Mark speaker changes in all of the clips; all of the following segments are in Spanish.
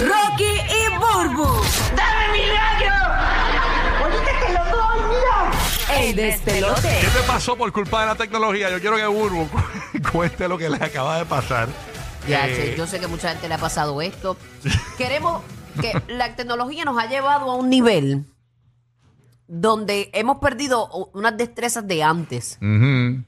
Speaker 1: Rocky y Burbu.
Speaker 2: ¡Dame milagro! ¡Ahorita te lo doy, mira!
Speaker 1: El
Speaker 3: ¿Qué
Speaker 1: despelote.
Speaker 3: te pasó por culpa de la tecnología? Yo quiero que Burbu cu- cuente lo que le acaba de pasar.
Speaker 4: Ya,
Speaker 3: Eh,
Speaker 4: che, yo sé que mucha gente le ha pasado esto. Queremos que la tecnología nos ha llevado a un nivel donde hemos perdido u- unas destrezas de antes.
Speaker 3: ujú.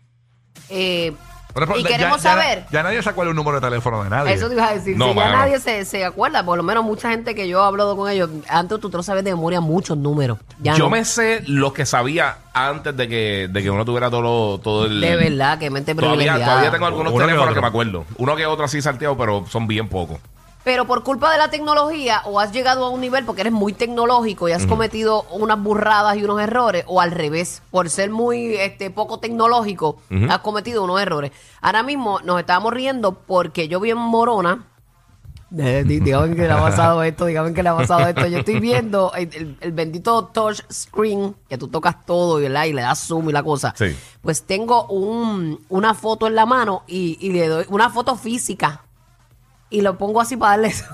Speaker 4: Eh,
Speaker 3: Por ejemplo,
Speaker 4: y
Speaker 3: ya-
Speaker 4: queremos
Speaker 3: ya-
Speaker 4: saber.
Speaker 3: Ya, nadie se acuerda un número de teléfono
Speaker 5: Ah,
Speaker 3: de nadie.
Speaker 4: Eso te iba a decir.
Speaker 3: No,
Speaker 4: si ya
Speaker 3: mano.
Speaker 4: nadie se, se acuerda, por lo menos mucha gente que yo he hablado con ellos, antes tú te lo sabes de memoria muchos números. Ya
Speaker 5: Yo
Speaker 4: no.
Speaker 5: me sé los que sabía antes de que, de que uno tuviera todo, lo- todo el.
Speaker 4: De verdad, que mente
Speaker 5: Todavía,
Speaker 4: privilegiada.
Speaker 5: todavía tengo algunos
Speaker 3: Uno que
Speaker 5: teléfonos que,
Speaker 3: otro.
Speaker 5: me acuerdo. Uno que otro así salteado, pero son bien pocos.
Speaker 4: Pero por culpa de la tecnología, o has llegado a un nivel porque eres muy tecnológico y has cometido unas burradas y unos errores, o al revés, por ser muy este, poco tecnológico, has cometido unos errores. Ahora mismo nos estábamos riendo porque yo vi en Morona. Eh, di- Dígame que le ha pasado esto, dígame que le ha pasado esto. Yo estoy viendo el, el- el bendito touch screen, que tú tocas todo ¿verdad? y le das zoom y la cosa.
Speaker 5: Sí.
Speaker 4: Pues tengo un, una foto en la mano y, y le doy una foto física y lo pongo así para darle zoom.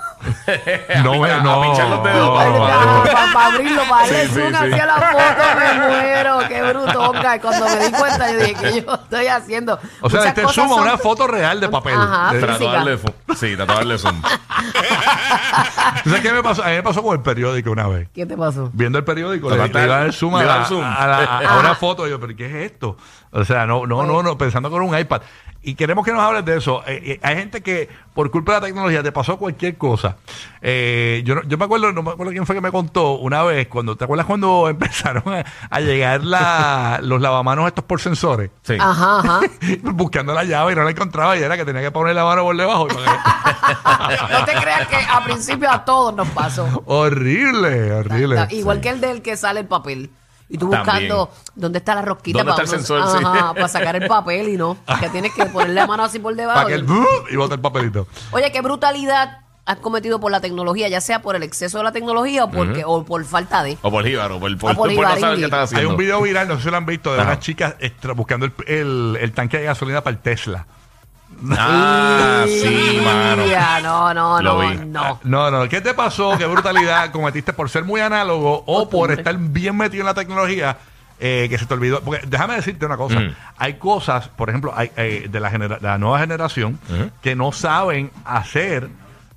Speaker 3: No,
Speaker 5: A
Speaker 3: no.
Speaker 5: pinchar los dedos.
Speaker 3: No,
Speaker 5: Ay,
Speaker 3: no,
Speaker 5: madre.
Speaker 4: para, abrirlo, para darle
Speaker 5: Sí, sí,
Speaker 4: zoom
Speaker 5: sí.
Speaker 4: hacia la foto, me muero, qué brutonga. Y cuando me di cuenta, yo dije, ¿qué yo estoy haciendo?
Speaker 3: O sea,
Speaker 4: Muchas
Speaker 3: este
Speaker 4: cosas
Speaker 3: suma
Speaker 4: son-
Speaker 3: una foto real de papel.
Speaker 4: Ajá,
Speaker 3: De-
Speaker 4: física.
Speaker 5: Tatuarle. fu- Sí, tatuarle zoom.
Speaker 3: ¿Tú ¿Sabes qué me pasó? A mí me pasó con el periódico una vez.
Speaker 4: ¿Qué te pasó?
Speaker 3: Viendo el periódico, le,
Speaker 5: Total,
Speaker 3: le iba a dar zoom a,
Speaker 5: le da
Speaker 3: la-
Speaker 5: el zoom.
Speaker 3: a la- a una foto. Y yo, ¿pero qué es esto? O sea, no, no, no, no, pensando con un iPad. Y queremos que nos hables de eso. Eh, eh, hay gente que, por culpa de la tecnología, te pasó cualquier cosa. Eh, yo, no- yo me acuerdo, no me acuerdo quién fue que me contó una vez, cuando ¿te acuerdas cuando empezaron a, a llegar la- los lavamanos estos por sensores?
Speaker 5: Sí.
Speaker 4: Ajá, ajá.
Speaker 3: Buscando la llave y no la encontraba y era que tenía que poner la mano por debajo. y para que-
Speaker 4: No te creas que a principio a todos nos pasó.
Speaker 3: horrible, horrible.
Speaker 4: Ta- Igual que el del que sale el papel. Y tú buscando dónde está la rosquita
Speaker 5: ¿Dónde
Speaker 4: para,
Speaker 5: está el
Speaker 4: uno-
Speaker 5: sensor? Sí. Ah.
Speaker 4: ajá, para sacar el papel y no. Que tienes que ponerle la mano así por
Speaker 3: Para
Speaker 4: debajo.
Speaker 3: que el y bota el papelito.
Speaker 4: Oye, qué brutalidad has cometido por la tecnología, ya sea por el exceso de la tecnología o, porque, o por falta de.
Speaker 5: O por Jíbaro, por, por,
Speaker 4: Ah, por
Speaker 5: por no saber
Speaker 4: Jibarindi.
Speaker 5: qué estás
Speaker 3: Hay
Speaker 5: haciendo.
Speaker 3: un video viral, no sé si lo han visto, de
Speaker 5: Ajá.
Speaker 3: unas chicas extra- buscando el, el- el tanque de gasolina para el Tesla.
Speaker 5: Ah, sí, mano.
Speaker 4: Ya, no, no,
Speaker 5: Lo
Speaker 4: no,
Speaker 5: vi.
Speaker 4: no.
Speaker 3: No, no, ¿qué te pasó? ¿Qué brutalidad cometiste por ser muy análogo
Speaker 4: Oh,
Speaker 3: o por estar bien metido en la tecnología? eh, que se te olvidó. Porque déjame decirte una cosa.
Speaker 5: Mm.
Speaker 3: Hay cosas, por ejemplo, hay, eh, de la, genera- la nueva generación
Speaker 5: Ujú.
Speaker 3: que no saben hacer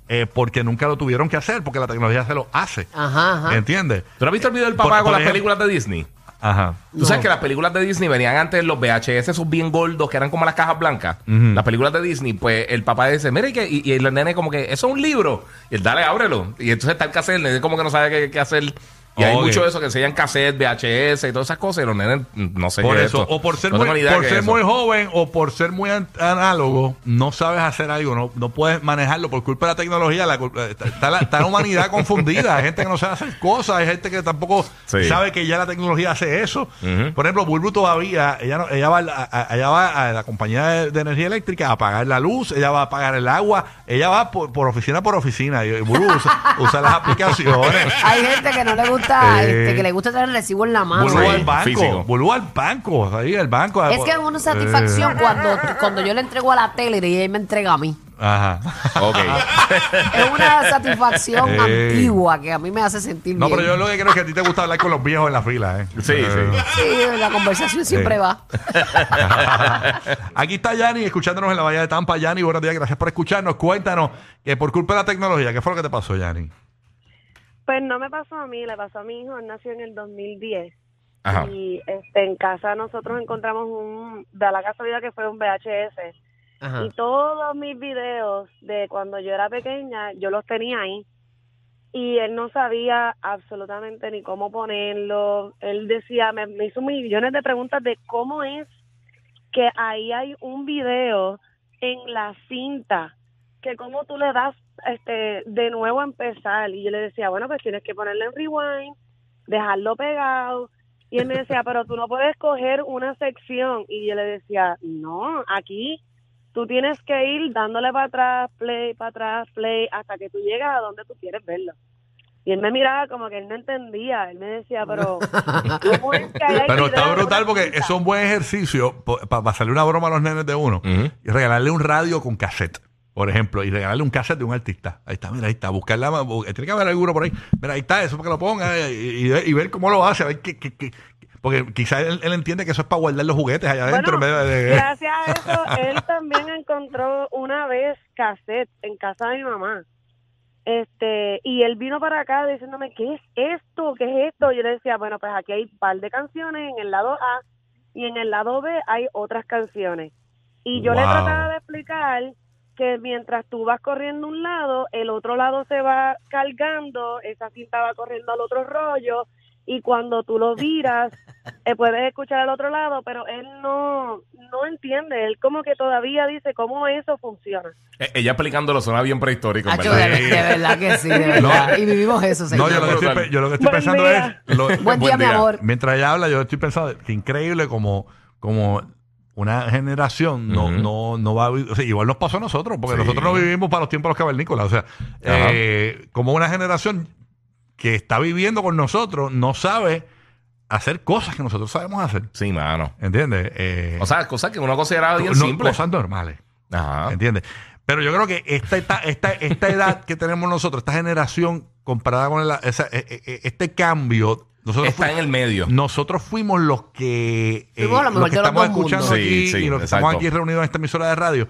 Speaker 3: eh, porque nunca lo tuvieron que hacer, porque la tecnología se lo hace.
Speaker 4: Ajá, ajá.
Speaker 3: ¿Entiendes?
Speaker 5: ¿Tú no has visto el video del
Speaker 3: Por-
Speaker 5: papá
Speaker 3: por
Speaker 5: con las
Speaker 3: ejemplo-
Speaker 5: películas de Disney?
Speaker 3: Ajá.
Speaker 5: Tú sabes que las películas de Disney venían antes los VHS, esos bien gordos, que eran como las cajas blancas. Las películas de Disney, pues el papá dice, mire, que, y, y el nene como que, eso es un libro. Y él, dale, ábrelo. Y entonces está el cassette, el nene como que no sabe qué, qué hacer. Y hay
Speaker 3: Ok.
Speaker 5: mucho de eso que enseñan cassette, VHS y todas esas cosas. Y los nenes, mm, no sé
Speaker 3: Por
Speaker 5: qué es
Speaker 3: eso,
Speaker 5: esto.
Speaker 3: o por ser,
Speaker 5: No tengo
Speaker 3: muy,
Speaker 5: ni idea
Speaker 3: por
Speaker 5: qué es
Speaker 3: ser
Speaker 5: eso.
Speaker 3: muy joven o por ser muy an- análogo, no sabes hacer algo, no, no puedes manejarlo por culpa de la tecnología. La, cul- eh, está, está la, está la humanidad confundida. Hay gente que no sabe hacer cosas, hay gente que tampoco
Speaker 5: Sí.
Speaker 3: sabe que ya la tecnología hace eso.
Speaker 5: Ujú.
Speaker 3: Por ejemplo, Bulbu todavía, ella, no- ella, va, a la- a, ella va a la compañía de, de energía eléctrica a apagar la luz, ella va a apagar el agua, ella va por, por oficina por oficina. Y Bulbu usa, usa las aplicaciones.
Speaker 4: Hay gente que no le gusta,
Speaker 3: Eh.
Speaker 4: este, que le gusta tener el recibo en la mano.
Speaker 3: Bulbu
Speaker 5: Sí,
Speaker 3: al banco,
Speaker 5: físico.
Speaker 3: Bulbu al banco, ahí el banco.
Speaker 4: Es que es una satisfacción
Speaker 3: Eh,
Speaker 4: cuando, cuando yo le entrego a la tele y ella me entrega a mí.
Speaker 3: Ajá.
Speaker 5: Ok.
Speaker 4: Es una satisfacción
Speaker 3: Ey.
Speaker 4: antigua que a mí me hace sentir
Speaker 3: Eh. No,
Speaker 4: bien.
Speaker 3: pero yo lo que creo es que a ti te gusta hablar con los viejos en la fila, ¿eh?
Speaker 5: Sí, sí.
Speaker 4: Sí, la conversación siempre
Speaker 3: Sí.
Speaker 4: va.
Speaker 3: Aquí está Yanni escuchándonos en la Bahía de Tampa. Yanni, buenos días, gracias por escucharnos. Cuéntanos, eh, por culpa de la tecnología, ¿qué fue lo que te pasó, Yanni?
Speaker 6: Pues no me pasó a mí, le pasó a mi hijo, él nació en el 2010
Speaker 5: Ajá.
Speaker 6: y este, en casa nosotros encontramos un, da la casualidad que fue un VHS
Speaker 4: Ajá.
Speaker 6: y todos mis videos de cuando yo era pequeña, yo los tenía ahí y él no sabía absolutamente ni cómo ponerlo, él decía, me, me hizo millones de preguntas de cómo es que ahí hay un video en la cinta que cómo tú le das este de nuevo a empezar y yo le decía bueno pues tienes que ponerle en rewind dejarlo pegado y él me decía pero tú no puedes coger una sección y yo le decía no aquí tú tienes que ir dándole para atrás play para atrás play hasta que tú llegas a donde tú quieres verlo y él me miraba como que él no entendía él me decía pero ¿cómo es que ahí hay
Speaker 3: Pero está
Speaker 6: video de
Speaker 3: brutal
Speaker 6: una
Speaker 3: porque
Speaker 6: cinta?"
Speaker 3: es un buen ejercicio para pasarle una broma a los nenes de uno
Speaker 5: Ujú.
Speaker 3: y regalarle un radio con cassette. por ejemplo, y regalarle un cassette de un artista. Ahí está, mira, ahí está, buscarla, bu- tiene que haber alguno por ahí. Mira, ahí está, eso para que lo ponga y, y ver- y ver cómo lo hace, a ver qué- qué- qué- porque quizás él, él entiende que eso es para guardar los juguetes allá adentro. en
Speaker 6: Bueno,
Speaker 3: vez de- de-
Speaker 6: gracias a eso, él también encontró una vez cassette en casa de mi mamá. Este, y él vino para acá diciéndome, ¿qué es esto? ¿Qué es esto? Yo le decía, bueno, pues aquí hay un par de canciones en el lado A y en el lado B hay otras canciones. Y yo le
Speaker 3: Wow.
Speaker 6: trataba de explicar que mientras tú vas corriendo un lado, el otro lado se va cargando, esa cinta va corriendo al otro rollo y cuando tú lo viras, eh, puedes escuchar al otro lado, pero él no, no entiende, él como que todavía dice cómo eso funciona.
Speaker 5: Eh, Ella explicándolo suena bien prehistórico, en
Speaker 4: Acho,
Speaker 5: ¿verdad?
Speaker 4: de, de verdad que sí, de verdad.
Speaker 3: No.
Speaker 4: Y vivimos eso,
Speaker 3: No,
Speaker 4: señor.
Speaker 3: yo lo que estoy,
Speaker 5: Brutal.
Speaker 3: pe- yo lo que estoy
Speaker 6: Buen
Speaker 3: pensando
Speaker 6: día.
Speaker 3: es. lo-
Speaker 4: Buen día, mi amor.
Speaker 3: Mientras ella habla, yo estoy pensando que increíble como, como una generación no,
Speaker 5: Ujú.
Speaker 3: no, no va a vi- o sea, igual nos pasó a nosotros, porque
Speaker 5: Sí.
Speaker 3: nosotros no vivimos para los tiempos de los cavernícolas. O sea, eh, como una generación que está viviendo con nosotros no sabe hacer cosas que nosotros sabemos hacer.
Speaker 5: Sí, mano.
Speaker 3: ¿Entiendes? Eh,
Speaker 5: O sea, cosas que uno consideraba bien
Speaker 3: no-
Speaker 5: simples.
Speaker 3: cosas normales.
Speaker 5: Ajá.
Speaker 3: ¿Entiendes? Pero yo creo que esta, eta- esta, esta edad que tenemos nosotros, esta generación comparada con la- esa- e- e- e- este cambio, nosotros,
Speaker 5: Está
Speaker 3: fui-
Speaker 5: en el medio.
Speaker 3: nosotros fuimos los que, eh,
Speaker 4: Fuimos lo mejor
Speaker 3: los que
Speaker 4: de los
Speaker 3: estamos
Speaker 4: dos mundos.
Speaker 3: escuchando
Speaker 5: Sí,
Speaker 3: aquí
Speaker 5: sí,
Speaker 3: y los que
Speaker 5: exacto.
Speaker 3: estamos aquí reunidos en esta emisora de radio.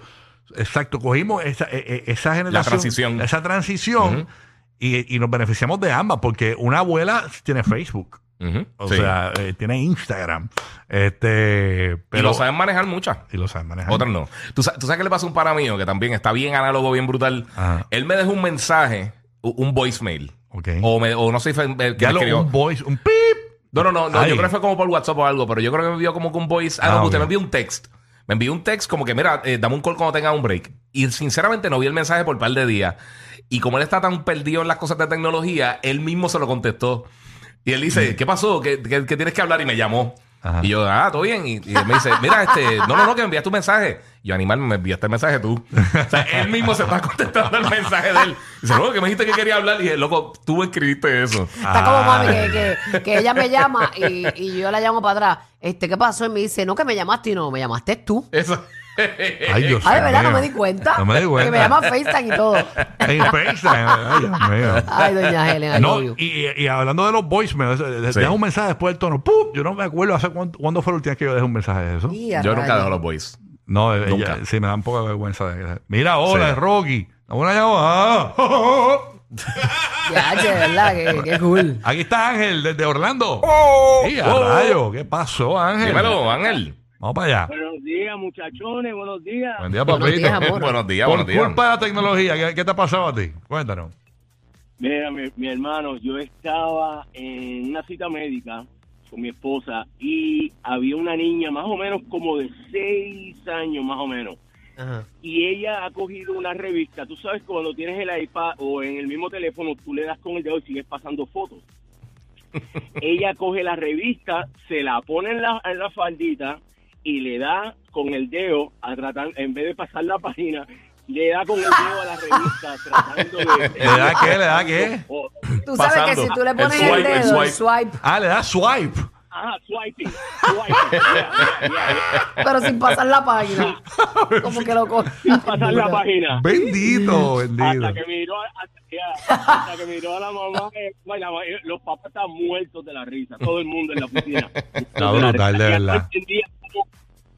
Speaker 3: Exacto, cogimos esa, e- e- esa generación.
Speaker 5: transición.
Speaker 3: Esa transición
Speaker 5: Ujú.
Speaker 3: y, y nos beneficiamos de ambas porque una abuela tiene Facebook.
Speaker 5: Ujú,
Speaker 3: O
Speaker 5: sí.
Speaker 3: sea, eh, tiene Instagram. Este,
Speaker 5: y
Speaker 3: pero,
Speaker 5: lo saben manejar muchas.
Speaker 3: y lo saben manejar.
Speaker 5: Otras no. ¿Tú, sa- tú sabes que le pasó a un para mío que también está bien análogo, bien brutal.
Speaker 3: Ajá.
Speaker 5: Él me dejó un mensaje, u- un voicemail.
Speaker 3: Ok.
Speaker 5: O, me- o no sé si fue el que
Speaker 3: Ya
Speaker 5: me
Speaker 3: lo,
Speaker 5: escribió.
Speaker 3: un voice, un pip.
Speaker 5: No, no, no, no,
Speaker 3: Ay.
Speaker 5: yo creo que fue como por WhatsApp o algo, pero yo creo que me envió como que un voice. Ah,
Speaker 3: Ah,
Speaker 5: no,
Speaker 3: ok.
Speaker 5: usted me envió un text. Me envió un text como que, mira, eh, dame un call cuando tenga un break. Y sinceramente no vi el mensaje por un par de días. Y como él está tan perdido en las cosas de tecnología, él mismo se lo contestó. Y él dice, ¿qué pasó? ¿Qué, qué- qué tienes que hablar? Y me llamó.
Speaker 3: Mm. Ajá.
Speaker 5: Y yo, ah, todo bien. Y, y él me dice, mira, este, no, no, no, que me envías tu mensaje. Y yo, animal, me enviaste el mensaje tú. O sea, él mismo se está contestando el mensaje de él. Y dice, no, que me dijiste que quería hablar. Y dije, loco, tú escribiste eso.
Speaker 4: Está como mami,
Speaker 3: Ah.
Speaker 4: que, que- que ella me llama y, y yo la llamo para atrás. Este, ¿qué pasó? Y me dice, no, que me llamaste y no, me llamaste tú.
Speaker 5: Eso.
Speaker 3: Ay, Dios
Speaker 4: Ay, Ah, ¿verdad?
Speaker 3: mío.
Speaker 4: No me di cuenta.
Speaker 3: No me di
Speaker 4: Que me
Speaker 3: cuenta.
Speaker 4: llama FaceTime y todo.
Speaker 3: En FaceTime. Ay, Dios mío.
Speaker 4: Ay, doña Helen, I
Speaker 3: No,
Speaker 4: love you.
Speaker 3: y, y hablando de los voicemails, eh, de-
Speaker 5: Sí.
Speaker 3: deja un mensaje después del tono. ¡Pup! Yo no me acuerdo hace cuánto, cuándo fue la última vez que yo dejé un mensaje de eso.
Speaker 4: Y a
Speaker 5: Yo nunca
Speaker 4: rayos. Mm.
Speaker 5: dejo los boys.
Speaker 3: No, eh,
Speaker 5: Nunca.
Speaker 3: ya, sí, me da un poco de vergüenza. de- Mira, hola,
Speaker 5: Sí.
Speaker 3: es Rocky. Una llamada.
Speaker 4: Ya, che, ¿verdad? Qué, qué cool.
Speaker 3: Aquí está Ángel desde Orlando. ¡Y a rayo! ¿Qué pasó, Ángel?
Speaker 5: Oh. Dímelo, Ángel.
Speaker 3: Vamos para allá.
Speaker 7: Buenos días, muchachones, buenos días.
Speaker 3: Buen día,
Speaker 4: Buenos días,
Speaker 3: papito.
Speaker 4: amor.
Speaker 5: buenos días,
Speaker 3: Por
Speaker 5: buenos días.
Speaker 3: culpa de la tecnología, ¿qué, qué te ha pasado a ti? Cuéntanos.
Speaker 7: Mira, mi, mi hermano, yo estaba en una cita médica con mi esposa y había una niña más o menos como de seis años, más o menos. Y ella ha cogido una revista. Tú sabes que cuando tienes el iPad o en el mismo teléfono, tú le das con el dedo y sigues pasando fotos. ella coge la revista, se la pone en la, en la faldita y le da con el dedo a tratar, en vez de pasar la página, le da con el dedo a la revista tratando de...
Speaker 3: ¿Le da qué? ¿Le da qué?
Speaker 7: O-
Speaker 4: Tú sabes
Speaker 5: Pasando.
Speaker 4: que si tú le
Speaker 5: El
Speaker 4: pones el,
Speaker 5: swipe, el
Speaker 4: dedo, el
Speaker 5: swipe.
Speaker 4: swipe,
Speaker 3: Ah, le da swipe.
Speaker 7: Ajá, swiping, swiping, yeah, yeah, yeah.
Speaker 4: pero sin pasar la página. Como que lo coge.
Speaker 7: Sin pasar la página.
Speaker 4: Ah,
Speaker 3: Bendito, bendito.
Speaker 7: Hasta que miró, a- hasta, yeah, hasta que miró a la mamá, eh, bueno, la ma- eh, los papás están muertos de la risa, todo el mundo en la oficina. Está
Speaker 3: brutal, de verdad.
Speaker 7: No entendía cómo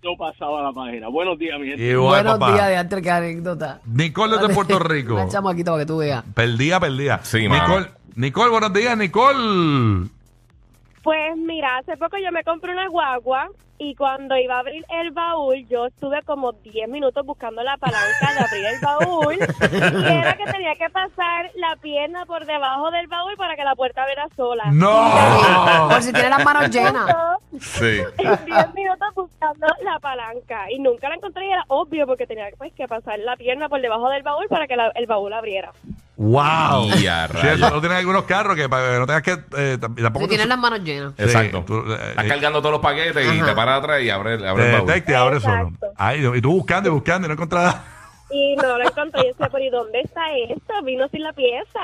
Speaker 7: no pasaba la página. Buenos días, mi gente.
Speaker 3: Igual,
Speaker 4: Buenos
Speaker 3: papá.
Speaker 4: días de antes, qué anécdota.
Speaker 3: Nicole desde Puerto Rico.
Speaker 4: Una chamaquita para que tú veas.
Speaker 3: Perdida, perdida.
Speaker 5: Sí, mano.
Speaker 3: Nicole, Nicole, buenos días, Nicole.
Speaker 6: Pues mira, hace poco yo me compré una guagua y cuando iba a abrir el baúl, yo estuve como 10 minutos buscando la palanca de abrir el baúl y era que tenía que pasar la pierna por debajo del baúl para que la puerta abriera sola.
Speaker 3: No.
Speaker 4: Por si tiene las manos llenas.
Speaker 5: Sí.
Speaker 6: Y 10 minutos buscando la palanca y nunca la encontré y era obvio porque tenía pues, que pasar la pierna por debajo del baúl para que la- el baúl abriera.
Speaker 3: wow.
Speaker 5: Y a
Speaker 3: Sí,
Speaker 5: rayos.
Speaker 3: eso, no tienes algunos carros que para que no tengas que eh, tam- y
Speaker 4: Si
Speaker 3: tampoco te,
Speaker 4: tienen las manos llenas.
Speaker 3: Sí,
Speaker 5: Exacto.
Speaker 3: tú, eh,
Speaker 5: Estás cargando todos los paquetes y
Speaker 4: Ajá.
Speaker 5: te paras atrás y abre,
Speaker 3: te
Speaker 5: abre el baúl.
Speaker 3: detecta y abre solo.
Speaker 6: Exacto.
Speaker 3: Ay, y tú buscando y buscando y no encontrabas.
Speaker 6: Y no la encontré y decía, pero ¿y dónde está esto? Vino sin la pieza.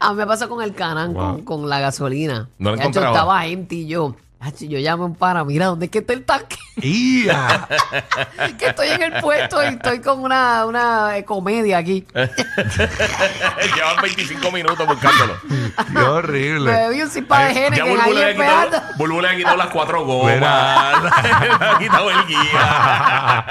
Speaker 4: A mí me pasó con el canán, con,
Speaker 3: Wow.
Speaker 4: con la gasolina.
Speaker 5: No la
Speaker 4: Chacho,
Speaker 5: encontraba.
Speaker 4: estaba empty yo. Achi, yo llamo a un para, mira, ¿dónde es que está el tanque?
Speaker 3: ¡Ya!
Speaker 4: que estoy en el puesto y estoy con una, una eh, comedia aquí.
Speaker 5: Llevan 25 minutos buscándolo.
Speaker 3: ¡Qué horrible!
Speaker 4: Me bebí un cipa de genes
Speaker 5: Ya
Speaker 4: que ahí
Speaker 5: Bulbul le ha
Speaker 4: esperando.
Speaker 5: quitado, Bulbul le ha quitado las cuatro gomas. le
Speaker 3: Verá.
Speaker 5: ha quitado el guía.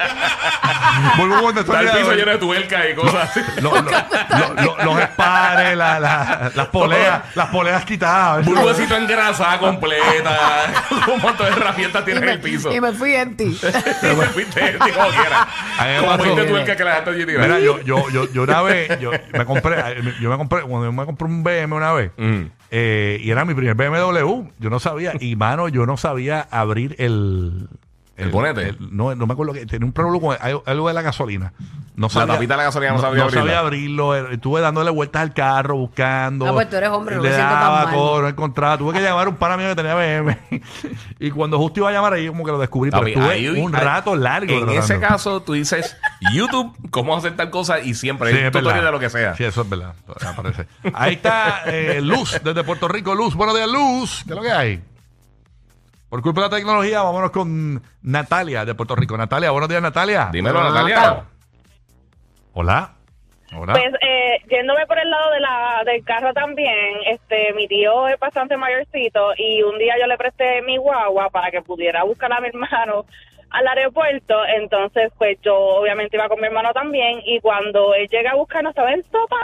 Speaker 3: Vuelvo cuando estoy
Speaker 5: Está el
Speaker 3: mirando-
Speaker 5: piso lleno de tuerca y cosas así.
Speaker 3: Lo- lo- lo- lo- los espares, la- la- las poleas, las poleas quitadas.
Speaker 5: Bulbucito en grasa completa. Un montón de herramientas
Speaker 4: Y
Speaker 5: tienes en el piso.
Speaker 4: me, y me fui en ti.
Speaker 5: Y me fuiste este, como quieras.
Speaker 3: A mí me
Speaker 5: Como
Speaker 3: pasó.
Speaker 5: fuiste tuerca que la dejaste allí tirada.
Speaker 3: Mira, yo, yo, yo, yo una vez, yo me compré, yo me compré, cuando yo me compré un BM una vez,
Speaker 5: Mm.
Speaker 3: eh, y era mi primer BMW, yo no sabía, y mano, yo no sabía abrir el...
Speaker 5: El bonete.
Speaker 3: el- no, no me acuerdo que tenía un problema con algo- algo de la gasolina. No sabía,
Speaker 5: tapita de la gasolina no sabía abrirla.
Speaker 3: abrirlo. eh, Estuve dándole vueltas al carro, buscando.
Speaker 4: Ah, pues tú eres hombre, no
Speaker 3: le
Speaker 4: me siento tan
Speaker 3: daba
Speaker 4: mal.
Speaker 3: todo, no encontraba. Tuve que llamar a un pana mío que tenía BM. y cuando justo iba a llamar ahí, como que lo descubrí.
Speaker 5: Papi,
Speaker 3: pero
Speaker 5: ahí-
Speaker 3: estuve un
Speaker 5: ahí-
Speaker 3: rato largo.
Speaker 5: En ese
Speaker 3: tratando.
Speaker 5: caso, tú dices YouTube, cómo hacer tal cosa y siempre
Speaker 3: Sí,
Speaker 5: hay
Speaker 3: es
Speaker 5: tutorial
Speaker 3: verdad.
Speaker 5: de lo que sea.
Speaker 3: Sí, eso es verdad. Aparece. Ahí está eh, Luz, desde Puerto Rico. Luz, buenos días, Luz. ¿Qué es lo que hay? Por culpa de la tecnología, vámonos con Natalia de Puerto Rico. Natalia, buenos días, Natalia.
Speaker 5: Dímelo,
Speaker 4: Ah,
Speaker 5: Natalia.
Speaker 4: claro.
Speaker 3: Hola. Hola.
Speaker 8: Pues eh, yéndome por el lado de la, del carro también, este, mi tío es bastante mayorcito y un día yo le presté mi guagua para que pudiera buscar a mi hermano al aeropuerto, entonces pues yo obviamente iba con mi hermano también y cuando él llega a buscarnos estaba ensopado,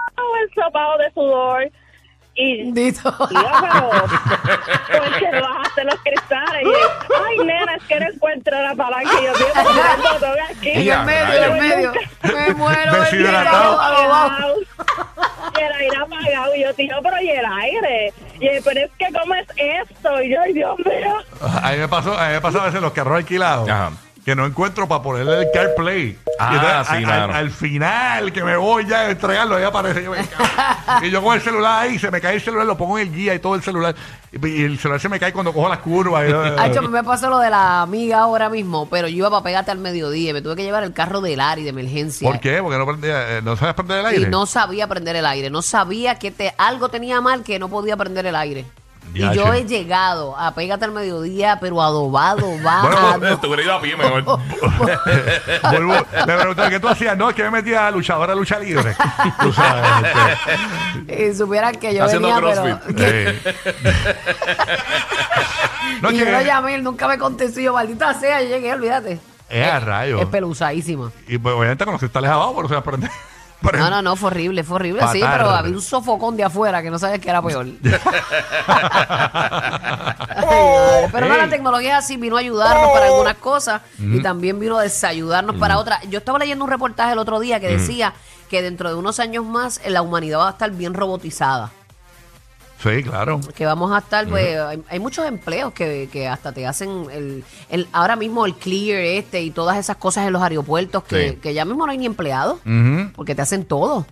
Speaker 8: ensopado de sudor y
Speaker 4: Bendito.
Speaker 8: Tío, pero ¿por qué no bajaste los cristales? Y él, ay nena, es que no encuentro la palanca y yo tío, pero el botón aquí.
Speaker 4: En el medio, en el medio. Me muero.
Speaker 3: Deshidratado.
Speaker 4: bendito, adobado.
Speaker 8: Y el aire apagado. Y yo, tío, pero ¿y el aire? Y él, pero es que, ¿cómo es esto? Y yo, ay, Dios mío.
Speaker 3: A mí me pasó, a mí me pasa a veces los carros alquilados.
Speaker 5: Ajá.
Speaker 3: Que no encuentro para ponerle el CarPlay.
Speaker 5: Ah,
Speaker 3: Y entonces,
Speaker 5: sí,
Speaker 3: al- al,
Speaker 5: mano.
Speaker 3: al final, que me voy ya a entregarlo, ahí aparece. Yo, me cago. y yo con el celular ahí, se me cae el celular, lo pongo en el guía y todo el celular. Y, y el celular se me cae cuando cojo las curvas. y-
Speaker 4: Ay, yo, me pasó lo de la amiga ahora mismo, pero yo iba para pegarte al mediodía y me tuve que llevar el carro del área de emergencia.
Speaker 3: ¿Por qué? Porque no, prendía, eh, no sabes prender el aire.
Speaker 4: Y no sabía prender el aire, no sabía que te, algo tenía mal que no podía prender el aire.
Speaker 3: Ya,
Speaker 4: y yo
Speaker 3: che.
Speaker 4: he llegado a pégate al mediodía, pero adobado, va.
Speaker 3: pues,
Speaker 5: Bueno, te hubiera ido a pie mejor.
Speaker 3: Vuelvo, le pregunté, ¿qué tú hacías? No, es que me metía a luchadora, a lucha libre. Tú sabes. este.
Speaker 4: y supieran Eh, que yo
Speaker 5: Haciendo
Speaker 4: venía,
Speaker 5: crossfit.
Speaker 4: pero... que-
Speaker 3: Eh. No,
Speaker 4: y
Speaker 3: es
Speaker 4: yo
Speaker 3: que-
Speaker 4: lo llamé, él nunca me contestó. y Yo, maldita sea, yo llegué, olvídate.
Speaker 3: Es a rayos.
Speaker 4: Espeluzadísima.
Speaker 3: Y pues, obviamente con los cristales abajo, pero se va a prender.
Speaker 4: No, no, no, fue horrible, fue horrible, sí,
Speaker 3: Fatal.
Speaker 4: pero había un sofocón de afuera que no sabía que era peor. Ay,
Speaker 3: Oh,
Speaker 4: madre. Pero no, la tecnología sí vino a ayudarnos para algunas cosas y también vino a desayudarnos para otras. Yo estaba leyendo un reportaje el otro día que decía que dentro de unos años más eh, la humanidad va a estar bien robotizada.
Speaker 3: Sí, claro.
Speaker 4: Que vamos a estar, pues, hay, hay muchos empleos que, que hasta te hacen el, el- ahora mismo el clear este y todas esas cosas en los aeropuertos que,
Speaker 5: Sí.
Speaker 4: que ya mismo no hay ni empleados
Speaker 3: Ujú.
Speaker 4: porque te hacen todo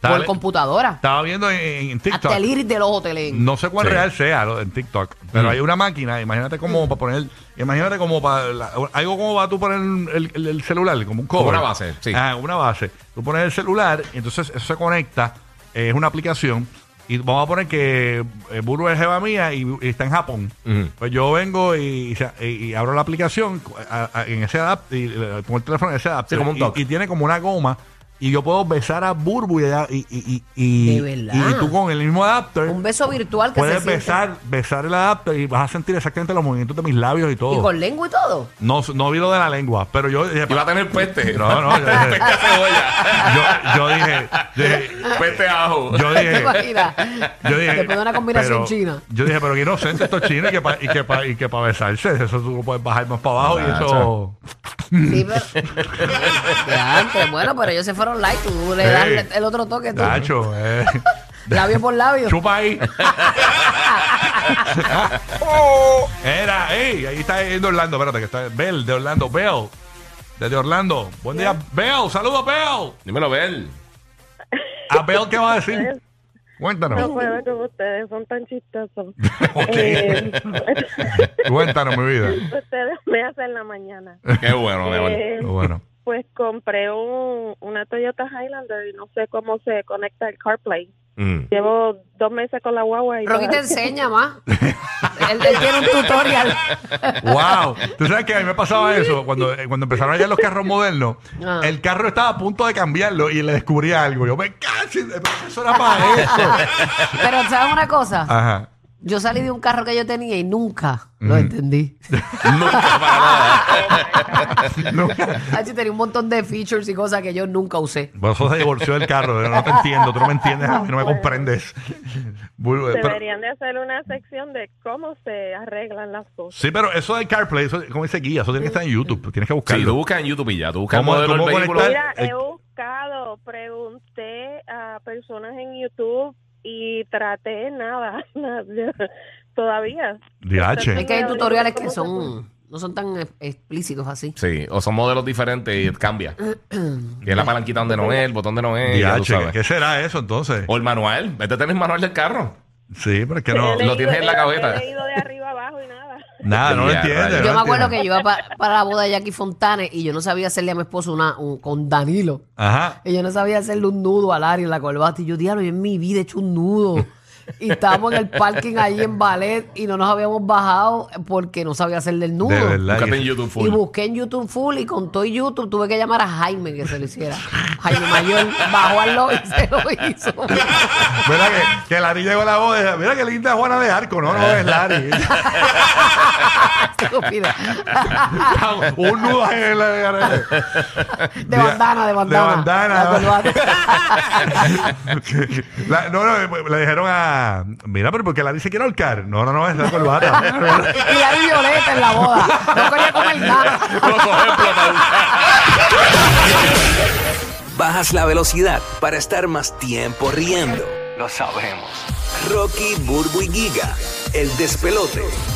Speaker 3: Dale.
Speaker 4: por computadora.
Speaker 3: Estaba viendo en, en TikTok.
Speaker 4: Hasta el ir de los hoteles.
Speaker 3: No sé cuán
Speaker 5: Sí.
Speaker 3: real sea lo- en TikTok, pero
Speaker 5: Mm.
Speaker 3: hay una máquina, imagínate como
Speaker 4: Mm.
Speaker 3: para poner, imagínate como para, la- algo como va tú poner el, el- el celular, como un cover.
Speaker 5: Como una base, sí.
Speaker 3: Ah, una base. Tú pones el celular, entonces eso se conecta, eh, es una aplicación, y vamos a poner que eh, Burbu es jeva mía y, y está en Japón.
Speaker 5: Ujú.
Speaker 3: Pues yo vengo y, y- y abro la aplicación a- a- en ese adapter, y le pongo el teléfono en ese adapter,
Speaker 5: Sí, como un
Speaker 3: y-
Speaker 5: dock.
Speaker 3: y, tiene como una goma, y yo puedo besar a Burbu y, ella- y, y, y- y-
Speaker 4: De verdad.
Speaker 3: y tú con el mismo adapter
Speaker 4: Un beso virtual que se
Speaker 3: puedes
Speaker 4: siente.
Speaker 3: besar, besar el adapter y vas a sentir exactamente los movimientos de mis labios y todo.
Speaker 4: Y con lengua y todo.
Speaker 3: No, no vi lo de la lengua, pero yo dije,
Speaker 5: Iba a tener peste.
Speaker 3: No, no, yo dije-
Speaker 5: peste a cebolla.
Speaker 3: yo, yo dije, yo dije,
Speaker 5: Peste a ajo.
Speaker 3: yo
Speaker 4: ¿Te
Speaker 3: dije,
Speaker 4: imaginas?
Speaker 3: yo dije,
Speaker 4: Después de una combinación
Speaker 3: pero-
Speaker 4: china.
Speaker 3: Yo dije, pero qué inocente estos chinos y que para y que pa- y que pa besarse, eso tú puedes bajar más para abajo y
Speaker 5: Nacho.
Speaker 3: eso.
Speaker 4: Sí, pero... Ya, antes, bueno, pero ellos se fueron light. Tú le das
Speaker 3: Ey.
Speaker 4: el otro toque. Tú.
Speaker 3: Nacho, eh.
Speaker 4: Labio por labio.
Speaker 3: chupa ahí. Oh. Era, ey, ahí está el de Orlando, espérate, que está Bell de Orlando, Bell. Desde Orlando. Buen día, Bell. Saludos, Bell.
Speaker 5: Dímelo, Bel.
Speaker 3: Abel, ¿qué va a decir?
Speaker 6: No
Speaker 3: Cuéntanos.
Speaker 6: puedo con ustedes, son tan chistosos.
Speaker 3: Ok.
Speaker 6: Eh,
Speaker 3: Cuéntanos, mi vida.
Speaker 6: ustedes me hacen la mañana.
Speaker 5: Qué bueno, mi amor.
Speaker 6: Eh,
Speaker 3: Bueno.
Speaker 6: pues compré un, una Toyota Highlander y no sé cómo se conecta el CarPlay.
Speaker 5: Mm.
Speaker 6: Llevo dos meses con la guagua y...
Speaker 4: Rocky te enseña más. Él, él tiene un tutorial.
Speaker 3: ¡Wow! Tú sabes que a mí me pasaba eso. Cuando, eh, cuando empezaron a llegar los carros modernos,
Speaker 4: Ah.
Speaker 3: el carro estaba a punto de cambiarlo y le descubría algo. Yo me casi, eso era para eso.
Speaker 4: Pero ¿sabes una cosa?
Speaker 3: Ajá.
Speaker 4: Yo salí de un carro que yo tenía y nunca lo entendí.
Speaker 5: Nunca para nada.
Speaker 3: Nunca-
Speaker 4: Ah, sí, tenía un montón de features y cosas que yo nunca usé.
Speaker 3: Por eso se divorció del carro. yo No te entiendo, tú no me entiendes,
Speaker 4: Ah,
Speaker 3: a mí no me comprendes. Vuelvo- pero-
Speaker 6: Deberían de hacer una sección de cómo se arreglan las cosas.
Speaker 3: Sí, pero eso del CarPlay, eso, como dice guía, eso tiene que estar en YouTube. pues Tienes que
Speaker 5: Sí, tú
Speaker 3: buscarlo.
Speaker 5: buscas en YouTube y ya. Tú buscas el
Speaker 3: ¿Cómo-
Speaker 5: modelo del
Speaker 3: cómo
Speaker 5: vehículo.
Speaker 3: conectar?
Speaker 6: Mira,
Speaker 3: eh,
Speaker 6: he buscado, pregunté a personas en YouTube y traté nada, nada, todavía.
Speaker 3: DH.
Speaker 4: Es que hay tutoriales que son no son tan eh, explícitos así.
Speaker 5: Sí, o son modelos diferentes y cambia. Tiene la palanquita donde no es, el botón de no es. Eh, ya tú
Speaker 3: DH.
Speaker 5: sabes.
Speaker 3: ¿Qué será eso entonces?
Speaker 5: O el manual. Vete a tener el manual del carro.
Speaker 3: Sí, pero es que no.
Speaker 6: He
Speaker 5: Lo tienes en la
Speaker 6: leído-
Speaker 5: gabeta.
Speaker 6: He leído de arriba abajo y nada.
Speaker 3: Nada, no lo
Speaker 5: Ya,
Speaker 3: entiendes.
Speaker 5: rayos.
Speaker 3: no
Speaker 4: Yo me
Speaker 3: lo
Speaker 4: acuerdo que
Speaker 3: entiendes.
Speaker 4: yo iba pa- para la boda de Jackie Fontanes y yo no sabía hacerle a mi esposo una, un- con Danilo.
Speaker 3: Ajá.
Speaker 4: Y yo no sabía hacerle un nudo al área en la corbata. Y yo, diablo, yo en mi vida he hecho un nudo. Y estábamos en el parking ahí en ballet y no nos habíamos bajado porque no sabía hacerle el nudo.
Speaker 3: De verdad.
Speaker 5: Búscate en
Speaker 3: que-
Speaker 5: YouTube
Speaker 4: Y
Speaker 5: full.
Speaker 4: busqué en YouTube full y con todo y YouTube tuve que llamar a Jaime que se lo hiciera. Jaime Mayor bajó al lobby y se lo hizo.
Speaker 3: Mira que, que Larry llegó a la voz. Mira que linda Juana de Arco. No, no es Larry.
Speaker 4: Estúpida.
Speaker 3: Un nudo en la de
Speaker 4: De bandana, de bandana.
Speaker 3: De bandana.
Speaker 4: La corbata.
Speaker 3: La- no, no, le dijeron a. Mira, pero porque Larry se quiere ahorcar. No, no, no, es la corbata.
Speaker 4: y la vi violeta en la boda. No quería comer nada.
Speaker 5: Lo coge explotado.
Speaker 9: Bajas la velocidad para estar más tiempo riendo. Lo sabemos. Rocky, Burbu y Giga, el despelote.